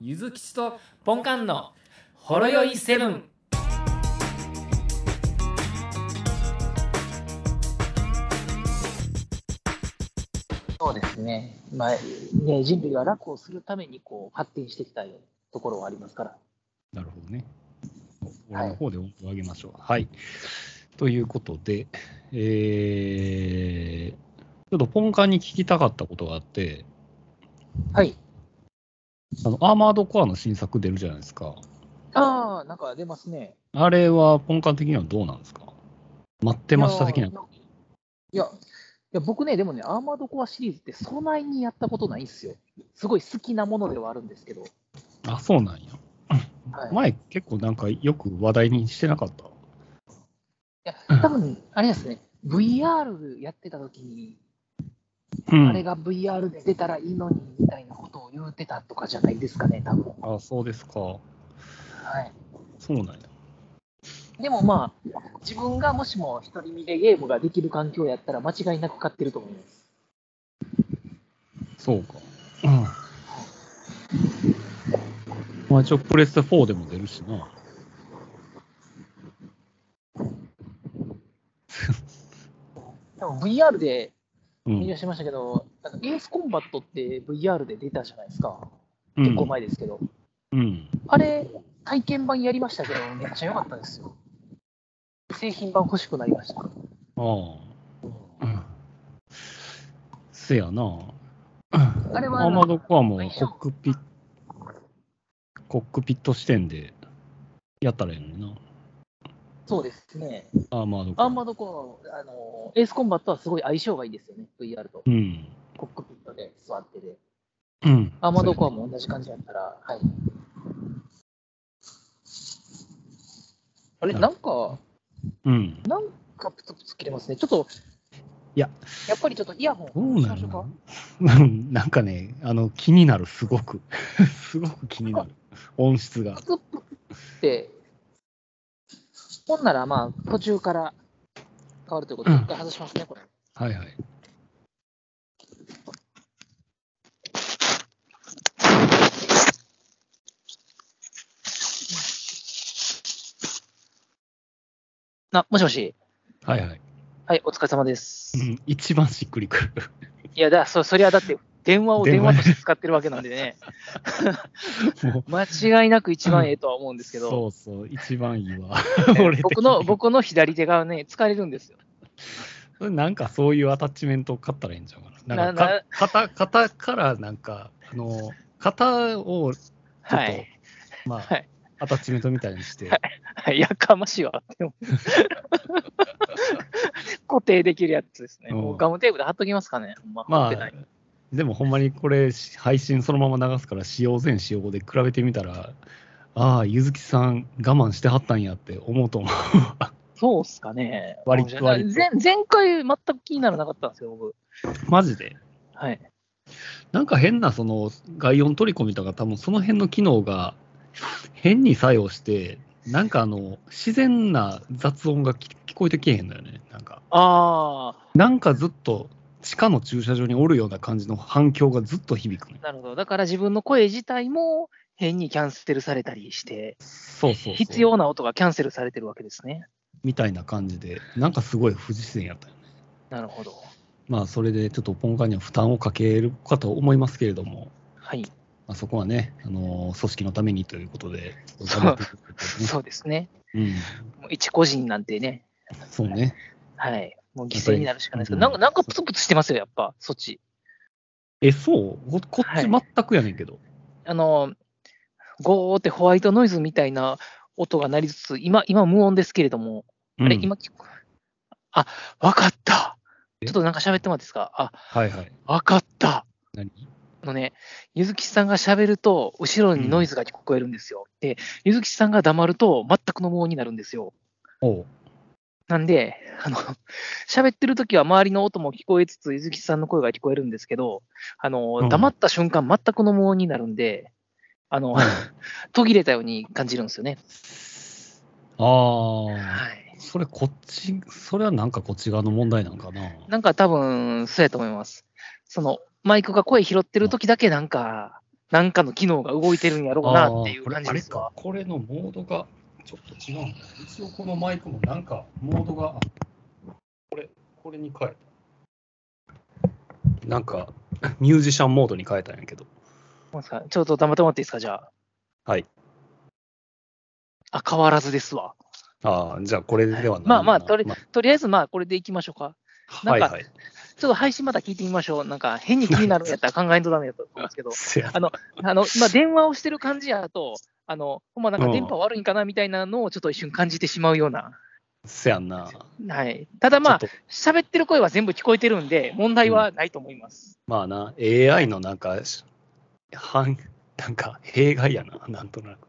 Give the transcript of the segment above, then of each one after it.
ゆずきちとポンカンのほろよいセブン。そうですね。まあ、ね、人類が楽をするためにこう発展してきたところはありますから。なるほどね。はい俺の方で音を上げましょう。はい。ということで、えー、ちょっとポンカンに聞きたかったことがあって、はい。あの、アーマードコアの新作出るじゃないですか。ああ、なんか出ますね。あれはポンカン的にはどうなんですか待ってました的いや。ないや、いや僕ね、でもね、アーマードコアシリーズってそないにやったことないんですよ。すごい好きなものではあるんですけど。あ、そうなんや。はい、前結構なんかよく話題にしてなかった。多分あれですね、VR やってた時に、うん。あれが VR で出たらいいのにみたいなことを言うてたとかじゃないですかね、多分あ、そうですか。そはうなんや。い。でもまあ、自分がもしも独り身でゲームができる環境やったら間違いなく買ってると思います。そうか。うん。まあ一応プレステ4でも出るしな。でも VR でう見ん出。しましたけど、なんかエースコンバットって VR で出たじゃないですか。うん結構前ですけど。うん。あれ、体験版やりましたけど、めっちゃ良かったですよ。製品版欲しくなりました。ああ。うん。せやな。あれはアーマードコアもコックピット、コックピット視点でやったらええのにな。そうですね。アーマードコアア。ーマードコア、あの、エースコンバットはすごい相性がいいですよね、VR と。うん。コックピットで座ってで。うん。アーマードコアそも同じ感じだったら、はい。あれ、なんか、うやね。うん。なんかプツプツ切れますね。ちょっと、いや、やっぱりちょっとイヤホンどうしなましょるうかの。うんなん かね、あの、気になる、すごく。 すごく気になる。音質がプ。ツプツって、ほんならまあ、途中から変わるということで、うん一回外しますね、これ。はいはい。な、もしもし。はいはい。はい、お疲れ様です。うん、一番しっくりくる。いや、だ、そ、そりゃだって、電話を電話として使ってるわけなんで ね、もう間違い なく一番ええとは思うんですけど、そうそう、一番いいわ。 俺的僕にの、僕の左手がね、疲れるんですよ。なんかそういうアタッチメントを買ったらいいんじゃうかな。なんかななか肩肩からなんか、あの、肩をちょっと、はい。まあ、はいアタッチメントみたいにして、はい やかましいわ。 でも固定できるやつですね。うんもうガムテープで貼っときますかね。まあ、貼っまてないあ、でもほんまにこれ、し配信そのまま流すから、使用前、使用後で比べてみたら、ああ、ゆずきさん我慢してはったんやって思うと思う。そうっすかね。割と割と前前回全く気にならなかったんですよ、僕。マジで。はい。なんか変なその外音取り込みとか多分その辺の機能が変に作用してなんかあの自然な雑音がき聞こえてけえへんのよねなんかあなんかずっと地下の駐車場におるような感じの反響がずっと響くねあ、なるほど。だから自分の声自体も変にキャンセルされたりして、そうそうそう必要な音がキャンセルされてるわけですね。みたいな感じでなんかすごい不自然やったよねなるほど。まあそれでちょっとポンカンには負担をかけるかと思いますけれども、はい。まあ、そこはね、あのー組織のためにということでそう頑張っていくことでねそうですね。うん、もう一個人なんてね、そうねはい。もう犠牲になるしかないですけど、やなっんか、ぱりなんかプツプツしてますよ、やっぱ、そっち。え、そうここっはいち全くやねんけど。あの、ゴーってホワイトノイズみたいな音が鳴りつつ、今、今無音ですけれども、あれ、うん今聞こあ、わかった。えちょっとなんか喋ってもらっていいですかあ、はいはい。わかった。何あのね、ゆずきちさんが喋ると、後ろにノイズが聞こえるんですよ。で、ゆずきちさんが黙ると、全くの無音になるんですよ。おうなんで、あの、 喋ってる時は周りの音も聞こえつつ、ゆずきちさんの声が聞こえるんですけど、あうの、ん黙った瞬間、全くの無音になるんで、あの、 途切れたように感じるんですよね。ああ、はい。それこっち、それはなんかこっち側の問題なんかな。なんか多分、そうやと思います。その、マイクが声拾ってる時だけなんか、なんかの機能が動いてるんやろうなっていう感じあでれすわか。、これのモードがちょっと違うんだ。一応このマイクもなんかモードが、あこれ、これに変えた。なんか、ミュージシャンモードに変えたんやけど。なんすかちょっと黙ってもらっていいですか、じゃあ。はい。あ、変わらずですわ。ああ、じゃあこれではないな。まあまあとりまとりあえず、まあ、これでいきましょうか。あ、なはんいかはい。、ちょっと配信また聞いてみましょう。なんか、変に気になるんやったら考えんとダメだと思うんですけど せやあの、まあ、電話をしてる感じやと、あの、ほんまなんかうん電波悪いんかなみたいなのをちょっと一瞬感じてしまうような。せやんな。はい。ただまあちょ、っと喋ってる声は全部聞こえてるんで、問題はないと思います。まあな、AI のなんか、し反、なんか、弊害やな、なんとなく。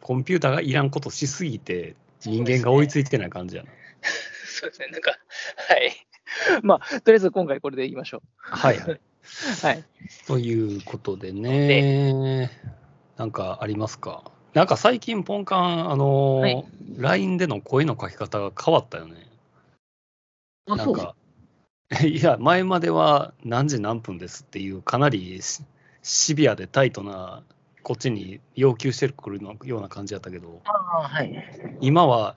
コンピューターがいらんことしすぎて、人間が追いついてない感じやな。そうですね、なんか、はい。 まあ、とりあえず今回これでいきましょはいはい。う。 はい。ということでね、なんかありますかなんか最近、ポンカン、あのーはい LINE での声の書き方が変わったよね。あなんか、 いや、前までは何時何分ですっていう、かなりしシビアでタイトな、こっちに要求してくるのような感じやったけど、ああ、はい。今は、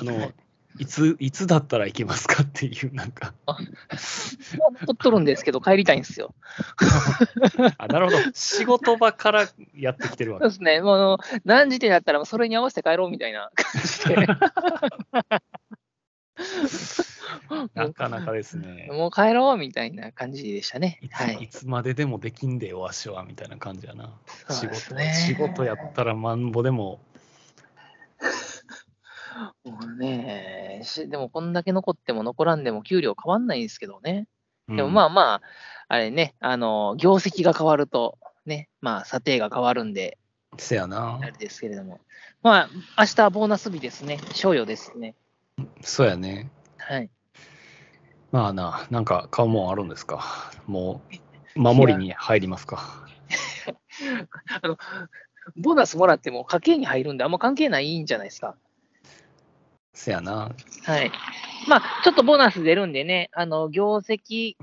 あの、いつ、いつだったら行きますかっていう、なんか、残っとるんですけど、帰りたいんですよ。あ、なるほど、 仕事場からやってきてるわ そうけ。ですね、もうあの何時になったら、それに合わせて帰ろうみたいな 感じで。なかなかですね。もう帰ろうみたいな感じでしたねい。つ,、、はいい。つまででもできんでよ、わしはみたいな感じやな。そ仕うで事すはね仕事やったらなんぼでも、もうねしでもこんだけ残っても残らんでも給料変わんないんですけどね。でもまあ、あまあ、あれね、あの、業績が変わると、ね、まあ、査定が変わるんで、せやなあ。れですけれども。まあ、明日はボーナス日ですね。賞与ですね。そうやね。はい。まあな、なんか買うもんあるんですか。もう、守りに入りますか。ボーナスもらっても家計に入るんで、あんま関係ないんじゃないですか。せやな。はい。まあ、ちょっとボーナス出るんでね、あの、業績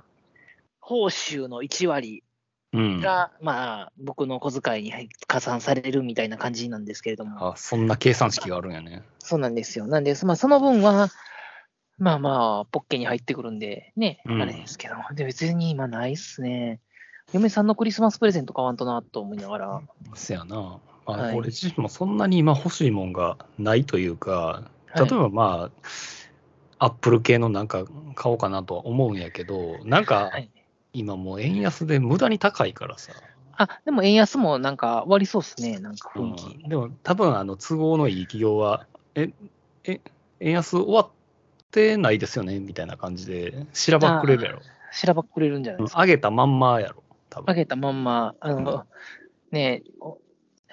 報酬の1割うん。が、まあ、僕の小遣いに入加算されるみたいな感じなんですけれども、あ、そんな計算式があるんやね。そうなんですよ。なんで、まあ、その分は、まあまあ、ポッケに入ってくるんで、ね、うんあれですけども、で別に今ないっすね。嫁さんのクリスマスプレゼント買わんとなと思いながら、せやな。まあ、はい俺自身もそんなに今欲しいもんがないというか、例えばまあ、アップル系のなんか買おうかなとは思うんやけど、なんかはい今もう円安で無駄に高いからさ。あ、でも円安もなんか終わりそうっすね、なんかう雰囲ん気。でも多分あの都合のいい企業は、え、え、円安終わってないですよねみたいな感じで、しらばっくれるやろ。しらばっくれるんじゃないうんですか上げたまんまやろ、多上分。げたまんま、あの、ねえ、お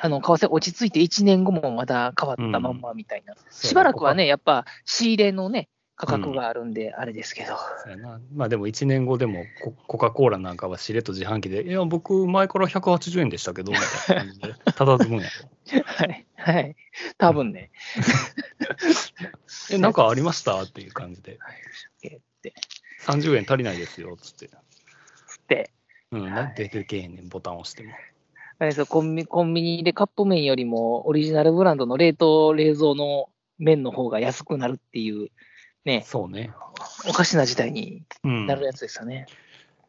あの、為替落ち着いて1年後もまだ変わったまんまみたいな。しばらくはね、やっぱ仕入れのね、価格があるんで、あれですけど。 そうやな。まあでも1年後でもココカ・コーラなんかはしれっと自販機で、いや、僕前から180円でしたけど、みたいな感 じで、ただずむんやろ。はい。はい。多分ね。え、なんかありましたっていう感じで、えって、 30円足りないですよ、つって。つって、うん、なんで出てけへんねん、ボタン押しても。あれですよコンビ、コンビニでカップ麺よりもオリジナルブランドの冷凍冷蔵の麺の方が安くなるっていう、ね、そうね。おかしな事態にうんな。るやつですよね。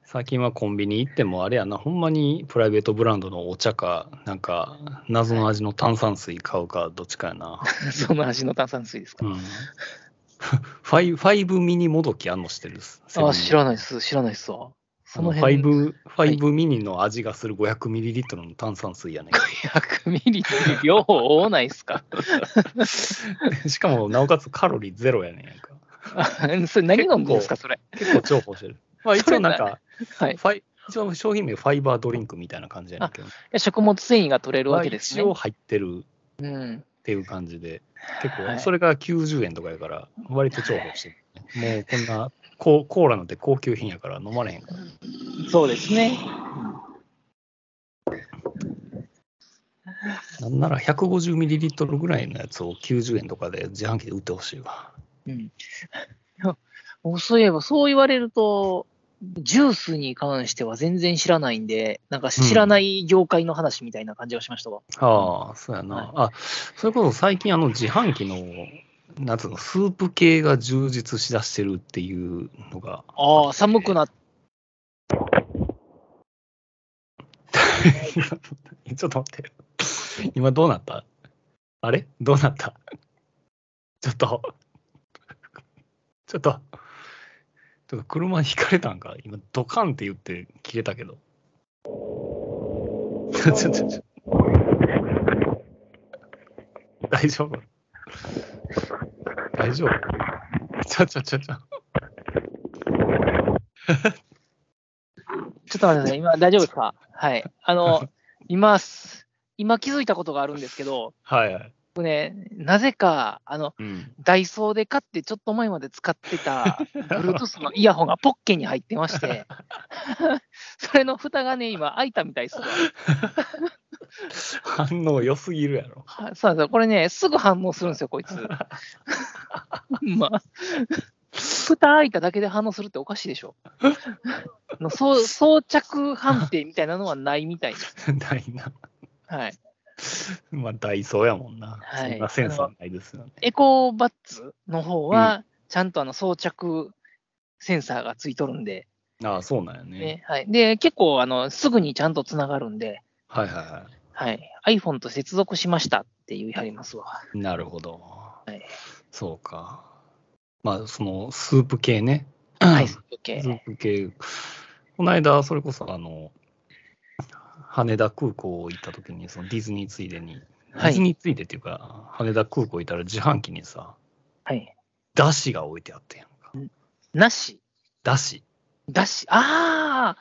最近はコンビニ行ってもあれやな、ほんまにプライベートブランドのお茶か、なんか謎の味の炭酸水買うか、どっちかやな。 その味の炭酸水ですうか。ん。 ファイファイブミニもどきあんのしてるっす。あ、知らないです。知らないっすわ。そあののファイ辺ブ、ファイブミニの味がする500ミリリットルの炭酸水やね 100ミリって量多ないっすかん。しかも、なおかつカロリーゼロやねんやんか。 それ何飲んでるんですか、それ。結構重宝してる。 まあ一応なんか、はい、ファイ一応商品名ファイバードリンクみたいな感じやねんけど、食物繊維が取れるまわあけです一ね。応入ってるっうん、ていう感じで、結は構、いそれが90円とかやから、割と重宝してる、もうこんな、コーコーラなんて高級品やから飲まれへんから。そうですね。なんなら150ミリリットルぐらいのやつを90円とかで自販機で売ってほしいわ。うん、そういえば、そう言われると、ジュースに関しては全然知らないんで、なんか知らない業界の話みたいな感じがしましたわ。ああ、そうやな。あ、それこそ最近あの自販機の、なんつうの、スープ系が充実しだしてるっていうのが。ああ、寒くなっ ちょっと待って。今どうなったあれどうなったちょっと、ちょっと、ちょっと車にひかれたんか今ドカンって言って消えたけど。 ちょちょちょちょ。大丈夫大丈夫ちょちょちょちちょょ。っと待ってください。今大丈夫ですかはい。あ の、今す、今気づいたことがあるんですけど、はいはい。僕ね、なぜか、あの、うん、ダイソーで買ってちょっと前まで使ってた Bluetooth のイヤホンがポッケに入ってま して、それの蓋がね、今開いたみたいですわ。 反応良すぎるやろ。 は そうなんですよ。これね、すぐ反応するんですよ、こいつ。 まあ、蓋開いただけで反応するっておかしいでしょ。のそう装着判定みたいなのはないみたいです。ないな。はい。 まあ、ダイソーやもんな。はいそんなセンスはないですよね。エコーバッツの方は、ちゃんとあの装着センサーがついとるんで、ああ、そうなんやね。ねはい、で結構あのすぐにちゃんとつながるんで、はいはいははい、iPhone と接続しましたって言い張りますわ。い。なるほど。いそうか。まあ、そのスープ系ね。はい、ス OK。ープ系。この間、それこそ、あの、羽田空港行った時に、そのディズニーついでに、デはィズい、ニーついでっていうか、羽田空港行ったら自販機にさ、はい。だしが置いてあったやんか。なし、だし、だし、あ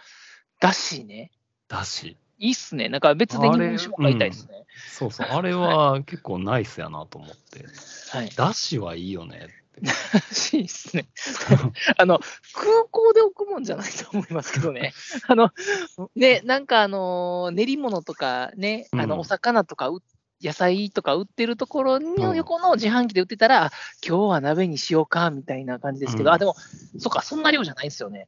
ー、だしね。だし。いいっすね。なんか別で日本酒も買いたいですね。そうそう、あれは結構ナイスやなと思って。はい。だしはいいよねって。しいっすね。 あの、空港で置くもんじゃないと思いますけど ね。あの、ね、なんかあのー、練り物とかね、あうの、んお魚とかう、野菜とか売ってるところうのん横の自販機で売ってたら、あ今日は鍋にしようか、みたいな感じですけど、うんあ、でも、そっか、そんな量じゃないですよね。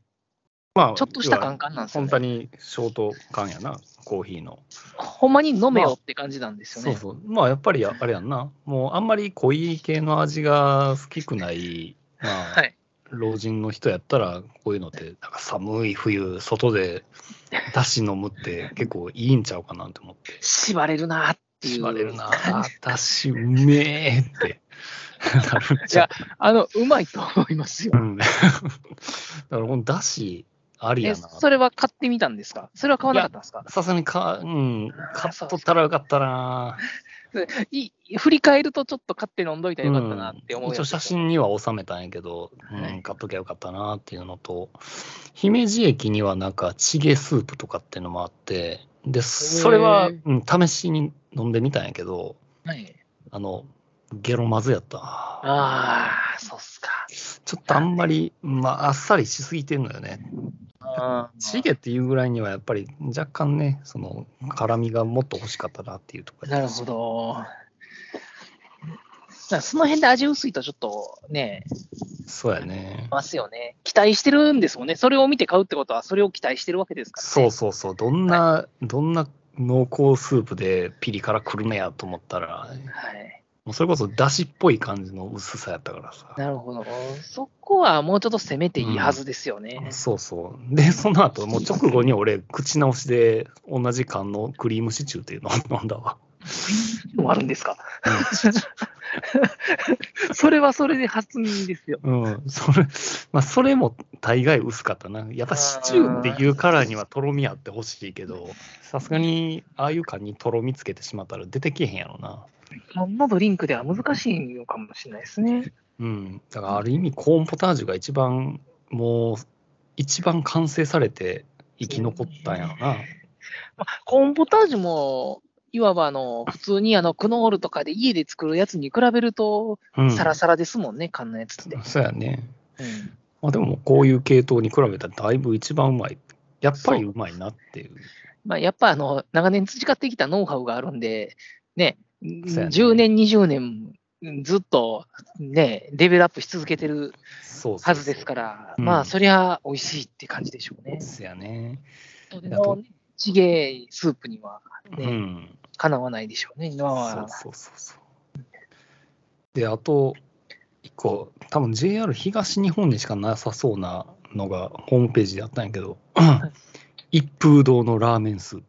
まあちょっとしたカンカンなんですよね本当にショート缶やな、コーヒーの。ほんまに飲めよって感じなんですよそね。うそう。まあ、やっぱりあれやんな。もう、あんまり濃い系の味が好きくない、まあ、はい。老人の人やったら、こういうのって、なんか寒い冬、外でだし飲むって結構いいんちゃうかなって思って。縛れるなっていう。縛れるなあ、だしうめえってなるんちゃう。あの、うまいと思いますよう。ん。だ から、このだし、ありえ、やな。それは買ってみたんですかそれは買わなかったんですかさすがにか、うん、買っとったらよかったな。いい振り返るとちょっと買って飲んどいたらよかったなって思うやつ一応写真には収めたんやけど、はういん、買っときゃよかったなっていうのと、姫路駅にはなんかチゲスープとかっていうのもあって、で、それは、うん、試しに飲んでみたんやけど、はい、あの、ゲロまずやった。ああ、そうっすか。ちょっとあんまり、まあ、あっさりしすぎてんのよね。あーチゲっていうぐらいにはやっぱり若干ね、その、辛みがもっと欲しかったなっていうところなるほ。ど。だからその辺で味薄いとちょっとね、そうやね。ますよね。期待してるんですもんね。それを見て買うってことは、それを期待してるわけですから、そうそうそう、どんな、どんな濃厚スープでピリ辛くるねやと思ったら、はい。もうそれこそだしっぽい感じの薄さやったからさ。なるほど。そこはもうちょっと攻めていいはずですよね。そうそう。で、その後、もう直後に俺、口直しで同じ缶のクリームシチューっていうのを 飲んだわ。もうあるんですか。 それはそれで初耳ですよ。うん、それ、まあ、それも大概薄かったな。やっぱシチューっていうからにはとろみあってほしいけど、さすがに、ああいう缶にとろみつけてしまったら出てけへんやろな。ほんのドリンクでは難しいのかもしれないですね。うん、だからある意味コーンポタージュが一番もう一番完成されて生き残ったんやろな。まあ、コーンポタージュも、いわばあの普通にあのクノールとかで家で作るやつに比べると、うん、サラサラですもんね、缶のやつって。そうやね。うんまあ、でもこういう系統に比べたらだいぶ一番うまい。やっぱりうまいなっていう。まあ、やっぱあの長年培ってきたノウハウがあるんで、ね、そうやね10年、20年ずっとね、レベルアップし続けてるそうそうそうはずですから、うんまあ、そりゃ美味しいって感じでしょうね。ですよね。それのねちげいスープにはねうん。かなわないでしょうね、今は。そうそうそうそう。で、あと、一個、多分 JR 東日本にしかなさそうなのがホームページであったんやけど、一風堂のラーメンスープ。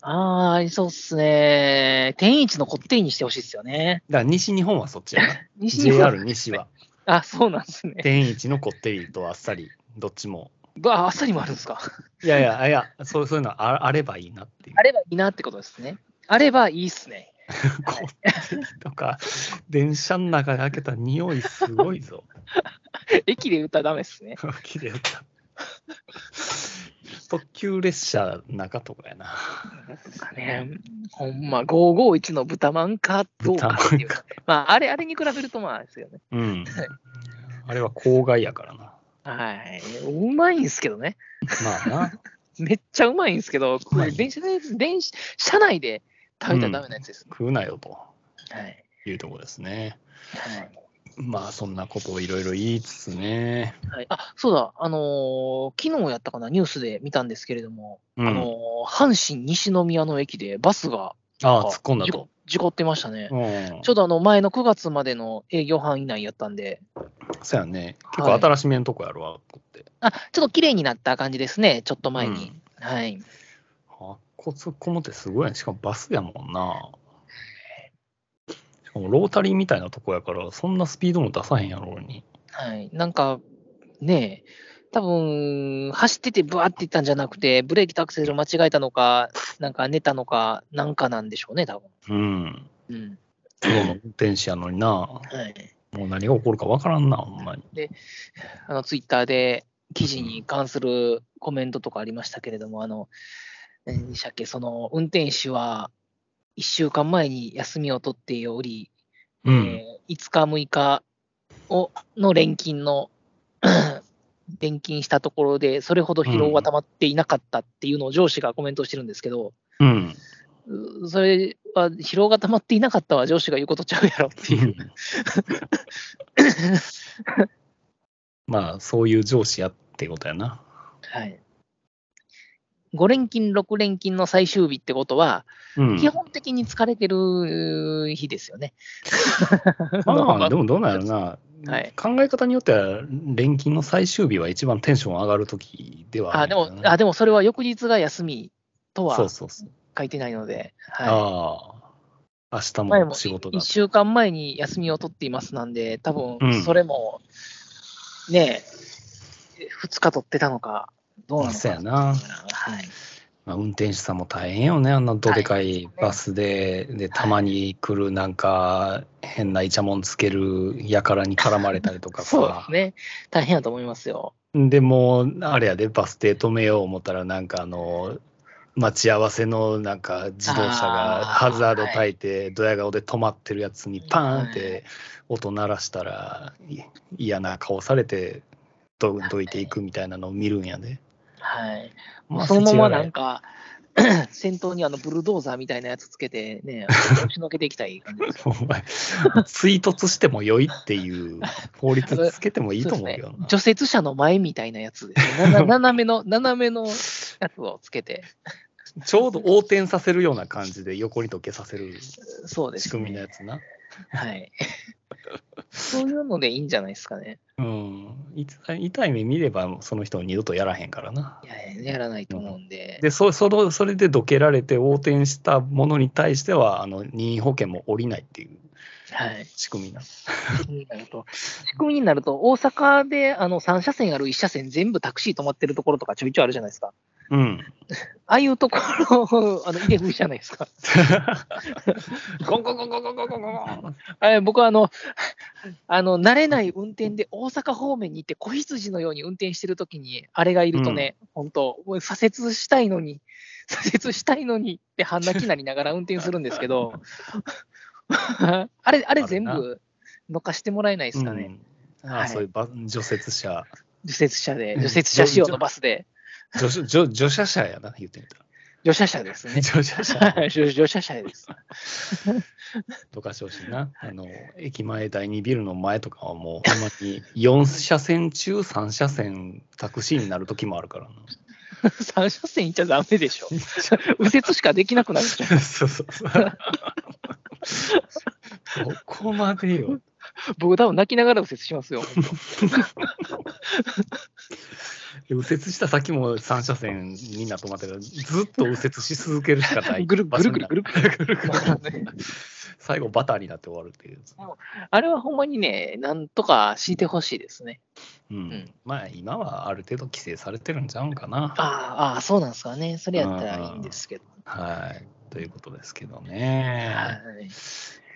ああ、ありそうっすね。天一のこってりにしてほしいですよね。だから西日本はそっちやな。 西日本 JR 西は。あ、そうなんですね。天一のこってりとあっさり、どっちも。あ、あっさりもあるんですか。いやいや、いやそうそういうのああればいいなっていうあ。ればいいなってことですね。あればいいっすね。こってりとか、電車の中で開けた匂いすごいぞ。 駅で売ったらダメっすね。綺麗だった。特急列車の中とかやな。ね、ほんま、551の豚まんかどうかっていう。豚まあ、あれ、あれに比べるとまあですよね。うん。あれは郊外やからな。はい。うまいんすけどね。まあな。めっちゃうまいんですけど、こうまれい電車で、電車、車内で食べたらダメなやつですね。食うなよとはい。いうとこですね。はいまあそんなことをいろいろ言いつつね。はい、あそうだ、あのー昨日やったかな、ニュースで見たんですけれども、うん、あのー阪神西宮の駅でバスがああ、突っ込んだ事と故。事故ってましたね。うんちょうどあの前の9月までの営業範囲内やったんで、そうやね。結構新しめんとこやろ、あっこって。あちょっと綺麗になった感じですね、ちょっと前に。はい、あっこ突っ込むってすごいね。しかもバスやもんな。しかもロータリーみたいなとこやから、そんなスピードも出さへんやろうに。はい。なんか、ねえ、多分走っててブワーっていったんじゃなくて、ブレーキとアクセル間違えたのか、なんか寝たのか、なんかなんでしょうね、多分うん。うん。プロの運転手やのにな。はい。もう何が起こるか分からんな、ほんまに。あのツイッターで記事に関するコメントとかありましたけれども、あの、何でしたっけ、その運転手は1週間前に休みを取っており、うえ。ー5日、6日をの連勤の連勤したところで、それほど疲労は溜まっていなかったっていうのを上司がコメントしてるんですけど、 うん。うそれは疲労が溜まっていなかったは上司が言うことちゃうやろっていう。まあ、そういう上司やってことやな。はい5連勤、6連勤の最終日ってことは、うん。基本的に疲れてる日ですよね。 まあ、でもどうなんやろな。はい考え方によっては、連勤の最終日は一番テンション上がる時ではあでも、あででもそれは翌日が休みとそはうそうそう。書いてないので、はああ。明日い、前もも仕事だ1。週間前に休みを取っていますなんで、多うん分それも、ねえ、2日取ってたのか、どうなのか。そうやな。はい、まあ、運転手さんも大変よね、あんなどでかいバスで、で、たまに来るなんか、変なイチャモンつけるやからに絡まれたりとかそうでさす。ね。大変だと思いますよ。でもう、あれやで、バス停止めよう思ったら、なんかあの、待ち合わせのなんか自動車があーハザード焚いて、ドヤ顔で止まってるやつにパーンって音鳴らしたら、い嫌な顔されて、どどいていくみたいなのを見るんやで。はい。まあそのままな世知辛んいか、 先頭にあのブルドーザーみたいなやつつけて、ね、押しのけていきたい感じですよ。 お前、追突しても良いっ ていう法律つけてもいいと思うけどそな。ですね、除雪車の前みたいなやつです ね。なな斜めの、斜めのやつをつけて、ちょうど横転させるような感じで横に溶けさせるそうです、ね。仕組みのやつな。はい。 そういうのでいいんじゃないですかね。うん。いつ痛い目見れば、その人は二度とやらへんからな。いやいや、やらないと思うんで。で、そそのそれでどけられて横転したものに対しては、あの任意保険も下りないっていう はい。仕組みな。仕組みになると、仕組みになると大阪であの3車線ある1車線全部タクシー止まってるところとかちょいちょいあるじゃないですか。うん。ああいうところ、あの、入れ食いじゃないですか。ゴンゴンゴンゴンゴンゴンゴンゴン。あれ僕はあの、あの、慣れない運転で大阪方面に行って、子羊のように運転してるときに、あれがいるとね、本当もう左折したいのに、左折したいのにって半泣きなりながら運転するんですけど、 あれ、あれ全あ部、のかしてもらえないですかね。うんああ、はいそういうバ除雪車。除雪車で、除雪車仕様のバスで。除除除車車やな、言ってみたら。乗車者ですね。 乗車者はい乗乗車者です。 とかしてほしいな。あの、駅前第2ビルの前とかはもう、ほんまに4車線中3車線タクシーになる時もあるからな。三車線行っちゃダメでしょ。右折しかできなくなるじゃん。そうそう そう。ここまでよ。僕多分泣きながら右折しますよ。右折した先も3車線みんな止まってるずっと右折し続けるしかない。ぐるぐるぐるぐるぐるぐるぐる。まあね最後バターになって終わるっていう。 あれはほんまにね、なんとか敷いてほしいですね。うんんまあ今はある程度規制されてるんちゃうんかな。あーあー、そうなんですかね。それやったらいいんですけど。はい。ということですけどね。はい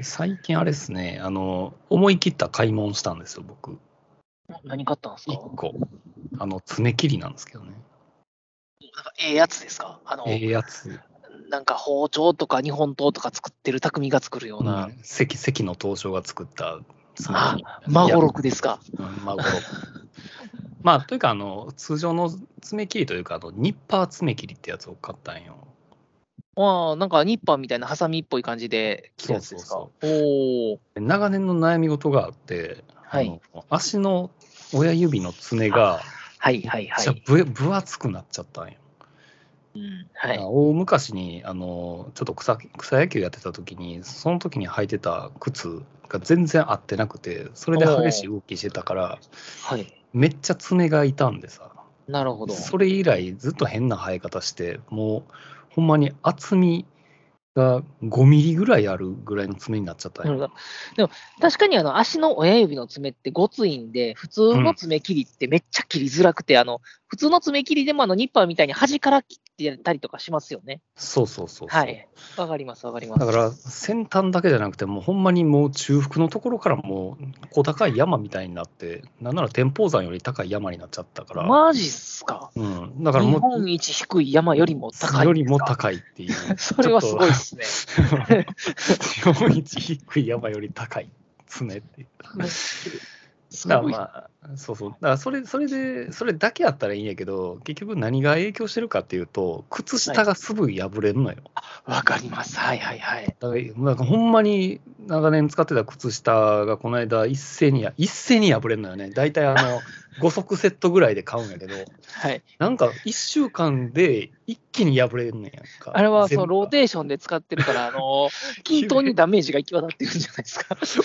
最近あれですね、あの、思い切った買い物したんですよ、僕。何買ったんですか一個。あの、爪切りなんですけどね。なんかええやつですかあの、ええやつ。なんか包丁とか日本刀とか作ってる匠が作るような、うん関、関の東証が作った爪切り。マゴロクですかいや。うんまごろく。 まあ、というか、あの、通常の爪切りというか、あの、ニッパー爪切りってやつを買ったんよ。ああ、なんかニッパーみたいなハサミっぽい感じで切るやつですかそうおお、で長年の悩み事があって、はいあの足の親指の爪が、はいはいはじゃあい。ぶ分厚くなっちゃったんよ。うんはい、大昔にあのちょっと草草野球やってた時にその時に履いてた靴が全然合ってなくてそれで激しい動きしてたからはい。めっちゃ爪が痛んでさなるほど。それ以来ずっと変な生え方してもうほんまに厚みが5ミリぐらいあるぐらいの爪になっちゃったんなるよほどでも確かにあの足の親指の爪ってごついんで、普通の爪切りってめっちゃ切りづらくて、あの普通の爪切りでもあのニッパーみたいに端から切ってたりとかしますよね。そうそうそうそう、はい。わかります、わかります。だから先端だけじゃなくてもうほんまにもう中腹のところからもう小高い山みたいになってなんなら天保山より高い山になっちゃったから、マジっすか。うん、だから日もう本一低い山よりも高い。。よりも高いっていう それはすごいですね。ちょっと。 日本一低い山より高い爪っていう。すだからごい まあ、そうそう。だからそれ、それで、それだけやったらいいんやけど、結局何が影響してるかっていうと、靴下がすぐ破れるのよ。わかります。はいはいはい。だから、なんかほんまに長年使ってた靴下がこの間一斉に、一斉に破れるのよね。大体 あの、5足セットぐらいで買うんやけど、はい、なんか1週間で一気に破れるのやんか。あれはそ全の部ローテーションで使ってるから、あの均等にダメージが行き渡ってるんじゃないですか。ち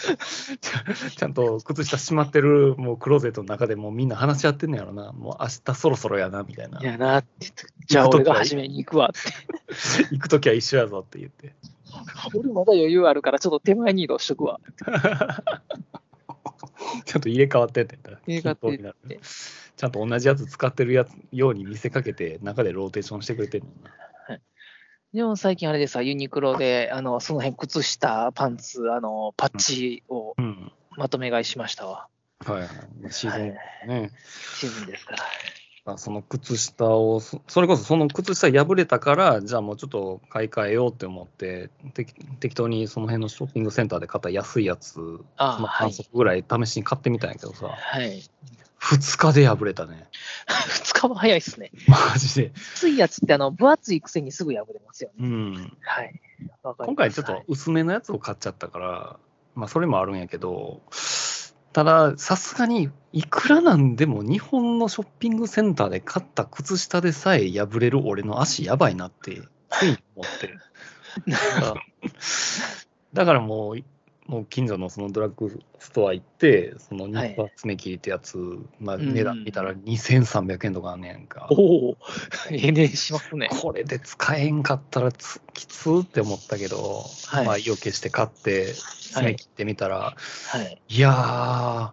ゃちゃんと靴下しまってるもうクローゼットの中でもうみんな話し合ってんのやろな。もう明日そろそろやなみた いな。いやなって言って、じゃあ俺が初めに行くわって。行くときは一緒やぞって言って。俺まだ余裕あるから、ちょっと手前に移動しとくわ。ちゃんと入れ替わってって言入れっ替たわっら均て等になる。ちゃんと同じやつ使ってるやつように見せかけて中でローテーションしてくれてるのな。でも最近あれでさ、ユニクロで、あのその辺、靴下、パンツ、あのパッチをうん。まとめ買いしましたわ。はいはい。シーズンはいね。シーズンですから。あその靴下をそそれこそその靴下破れたからじゃあもうちょっと買い替えようって思って適適当にその辺のショッピングセンターで買った安いやつああ、はまあ、半い。足ぐらい試しに買ってみたんやけどさ、はい、 2日で破れたね2日も早いですね。マジで、薄いやつってあの分厚いくせにすぐ破れますよね。うん、はい。わかります今回ちょっはとい薄めのやつを買っちゃったからまあそれもあるんやけどたださすがにいくらなんでも日本のショッピングセンターで買った靴下でさえ破れる俺の足やばいなってついに思って るだからもうもう近所のそのドラッグストア行ってそのニッパー爪切りってやつ、まあ、うん値段見たら2300円とかあんねやんか、お お、ええねしますね。これで使えんかったらつきつーって思ったけど、はいまあ意を決して買って爪切ってみたら、はい。い、やー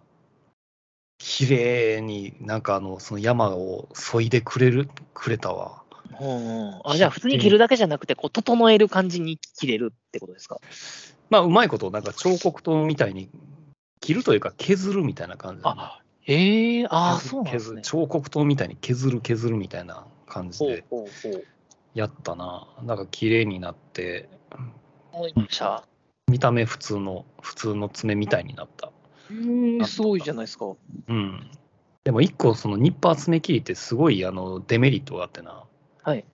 綺麗になんかあのその山をそいでくれるくれたわうんうんあじゃあ、普通に切るだけじゃなくて、こう、整える感じに切れるってことですかまあうまいことなんか彫刻刀みたいに切るというか削るみたいな感じでね、あ、ええああ、削そうなんです削ねる。彫刻刀みたいに削る削るみたいな感じほでうほうほう。やったななんか綺麗になって思いました。見た目普通の普通の爪みたいになったうん、すごいじゃないですか。うん。でも一個、そのニッパー爪切りってすごいあのデメリットがあってな。はい。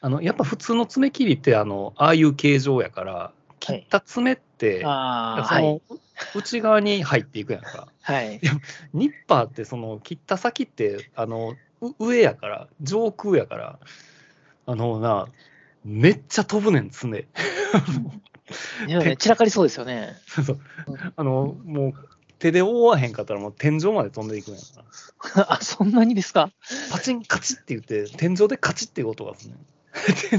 あの、やっぱ普通の爪切りって、あの、ああいう形状やから、切った爪って、ああ、そはい。の内側に入っていくやんか。はい。ニッパーってその切った先ってあのう上やから上空やからあのなめっちゃ飛ぶねん爪でもね、散らかりそうですよね。 そうそうあのもう手で覆わへんかったらもう天井まで飛んでいくんやからあ、そんなにですかパチンカチって言って天井でカチっていう音がすん ねん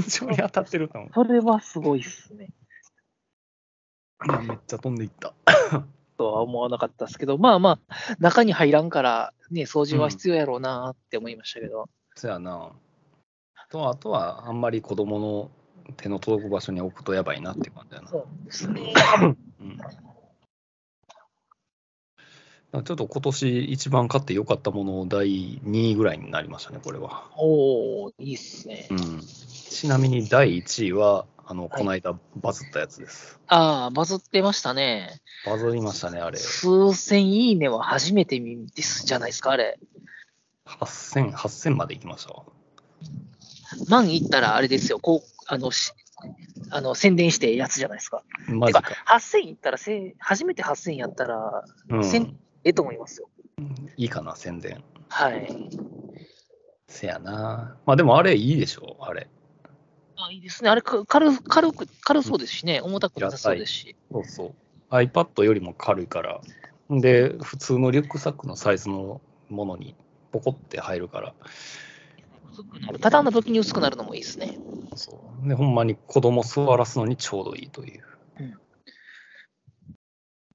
天井に当たってるかもそれはすごいっすね。い やめっちゃ飛んでいったとは思わなかったですけど、まあまあ、中に入らんから、ね、掃除は必要やろうなって思いましたけど、そやなとあとはあんまり子供の手の届く場所に置くとやばいなって感じやなそうですね。うんだからちょっと今年一番買って良かったものを第2位ぐらいになりましたね、これは。おー、いいっすねう。ん、ちなみに第1位は、あはのいこの間バズったやつです。ああ、バズってましたね。バズりましたね、あれ。数千いいねは初めて見ですじゃないですか、あれ。 8000、8000までいきましたわ。万いったらあれですよ、こう、あの、しあの宣伝してやつじゃないですか。マジか。 8000いったらせ、初めて8000やったら、うん、せんええと思いますよ。いいかな、宣伝。はい。せやな。まあでもあれいいでしょ、あれ。あいいですね。あれ、か軽軽く、軽そうですしね、重たくなさそうですし。そうそう。iPad よりも軽いから。で、普通のリュックサックのサイズのものにポコって入るから。畳んだ時に薄くなるのもいいですね。そうでほんまに子供座らすのにちょうどいいという。うん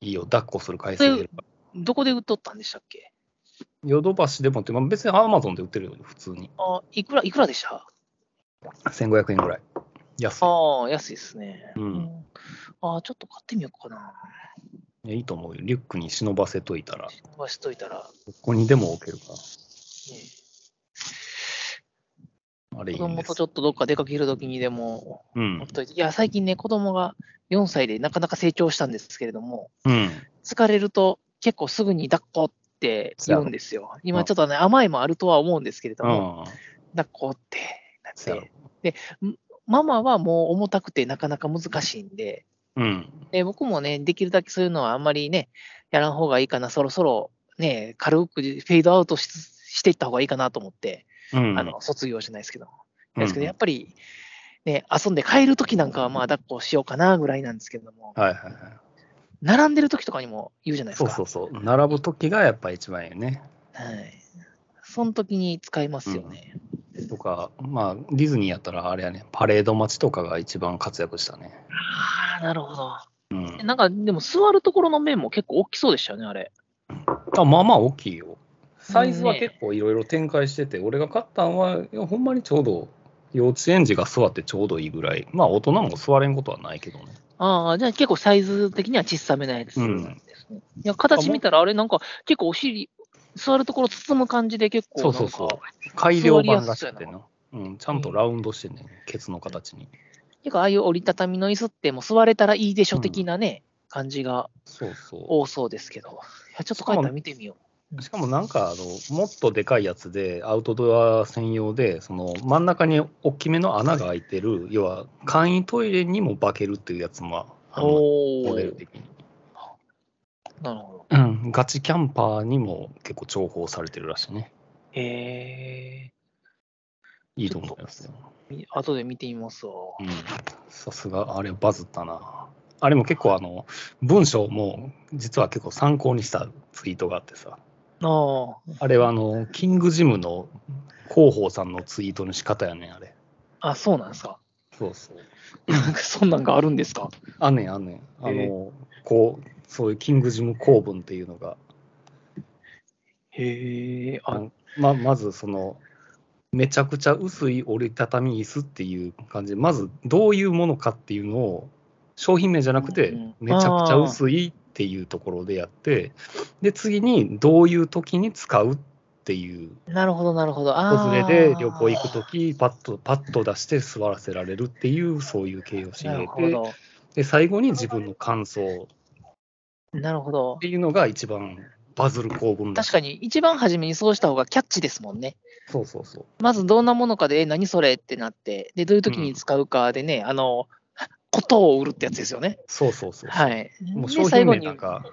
いいよ、抱っこする回数減るからどこで売っとったんでしたっけヨドバシでもって、まあ、別にアマゾンで売ってるよ、普通に。あいくら、いくらでした1500円ぐらい。安い。ああ、安いですね。うんああ、ちょっと買ってみようかな。いやいいと思うよ。リュックに忍ばせといたら、伸ばしといたら。どこにでも置けるかねら。あれい子いん供でとすちょ。っとどっか出かけるときにでもうん持っ。といて、いや、最近ね、子供が4歳でなかなか成長したんですけれども、うん。疲れると結構すぐに抱っこって言うんですよ。今ちょっとね、甘いもあるとは思うんですけれどうも、ん。抱っこってなせやっろて、ママはもう重たくてなかなか難しいんで、うん。で僕もね、できるだけそういうのはあんまりね、やらん方がいいかな、そろそろね、軽くフェードアウトしつしていった方がいいかなと思って、うん。あの卒業じゃないですけど。うん、ですけど、やっぱり、ね、遊んで帰るときなんかは、まあ、抱っこしようかなぐらいなんですけども、はいはいは並んでるときとかにも言うじゃないですい。そうか。そうそう。並ぶ時がやっぱ一番いいよね。はい。その時に使いますよね。とか、まあ、ディズニーやったらあれやね、パレード待ちとかが一番活躍したね。ああ、なるほど。うん。なんか、でも座るところの面も結構大きそうでしたよね、あれ。あまあまあ大きいよ。サイズはね結構いろいろ展開してて、俺が買ったんは、いやほんまにちょうど幼稚園児が座ってちょうどいいぐらい、まあ大人も座れんことはないけどね。ああ、じゃあ結構サイズ的には小さめなやつですね。うんいや形見たら、あれなんか結構お尻、座るところ包む感じで結構なんか、そうそうそう改良版らしくてな。うん、ちゃんとラウンドしてんねん、ケツの形に。結構ああいう折りたたみの椅子ってもう座れたらいいでしょ的なね、感じがそうそ多そうですけど、いやちょっと帰ったら見てみよう。しかもなんかあの、もっとでかいやつで、アウトドア専用で、その真ん中に大きめの穴が開いてる、要は簡易トイレにも化けるっていうやつも、う。あのおモおデル的に。なるほど。うん、ガチキャンパーにも結構重宝されてるらしいね。えいいと思いますよ。ーみ、後で見てみますわ。うんさすが、あれバズったな。あれも結構あの、文章も実は結構参考にしたツイートがあってさ、ああれはあの、キングジムの広報さんのツイートの仕方やねん、あれ。あ、あ、そうなんですか。そうそう。なんかそんなんがあるんですか。あんねん、あんねん。あの、えこう、そういうキングジム公文っていうのが、へえ、ああ、のままずその、めちゃくちゃ薄い折りたたみ椅子っていう感じで、まずどういうものかっていうのを、商品名じゃなくてうん、めちゃくちゃ薄いっていうところでやって、で、次にどういう時に使うっていう、なるほど、なるほど。あ子ー連れで旅行行く時パッと、パッと出して座らせられるっていう、そういう形容詞なる入ほれて、ど。で、最後に自分の感想っなるほど。ていうのが一番バズる構文確かに、一番初めにそうした方がキャッチですもんね。そうそうそう。まずどんなものかで、え、何それってなって、で、どういう時に使うかでね、あの、ことを売るってやつですよね。そうそうそう。はい。もでう商最品後名になんか、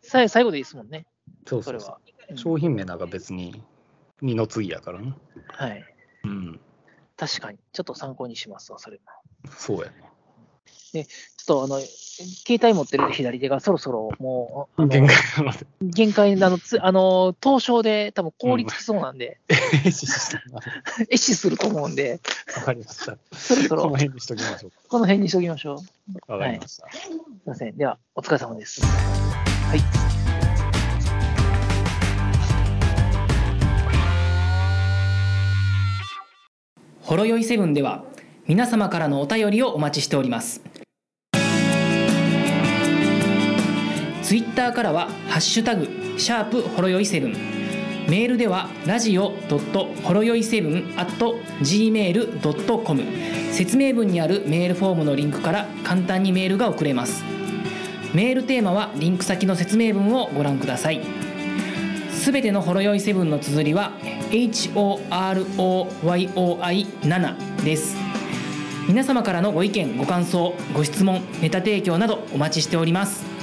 さい最後でいいですもんね、そうそそれうそうは。うん商品名なんか別に二の次やからな。はい。うん。確かに。ちょっと参考にしますわ、それも。そうやちょっと、あの、携帯持ってる左手がそろそろもう、あな。の限界まで。限界で、あの、つあの、凍傷で多分凍りつきそうなんで、停止したな壊死すると思うんで、わかりました。そろそこのろ辺にしときましょこの辺にしておきましょう。すう。わかりました。いません。では、お疲れ様です。ほろよいセブンでは皆様からのお便りをお待ちしておりますツイッターからは「ハッシュタグシャープほろよいセブン」メールではラジオドットほろよいセブン at gmail.com 説明文にあるメールフォームのリンクから簡単にメールが送れますメールテーマはリンク先の説明文をご覧くださいすべてのほろ酔いセブンの綴りは HOROYOI7 です皆様からのご意見ご感想ご質問ネタ提供などお待ちしております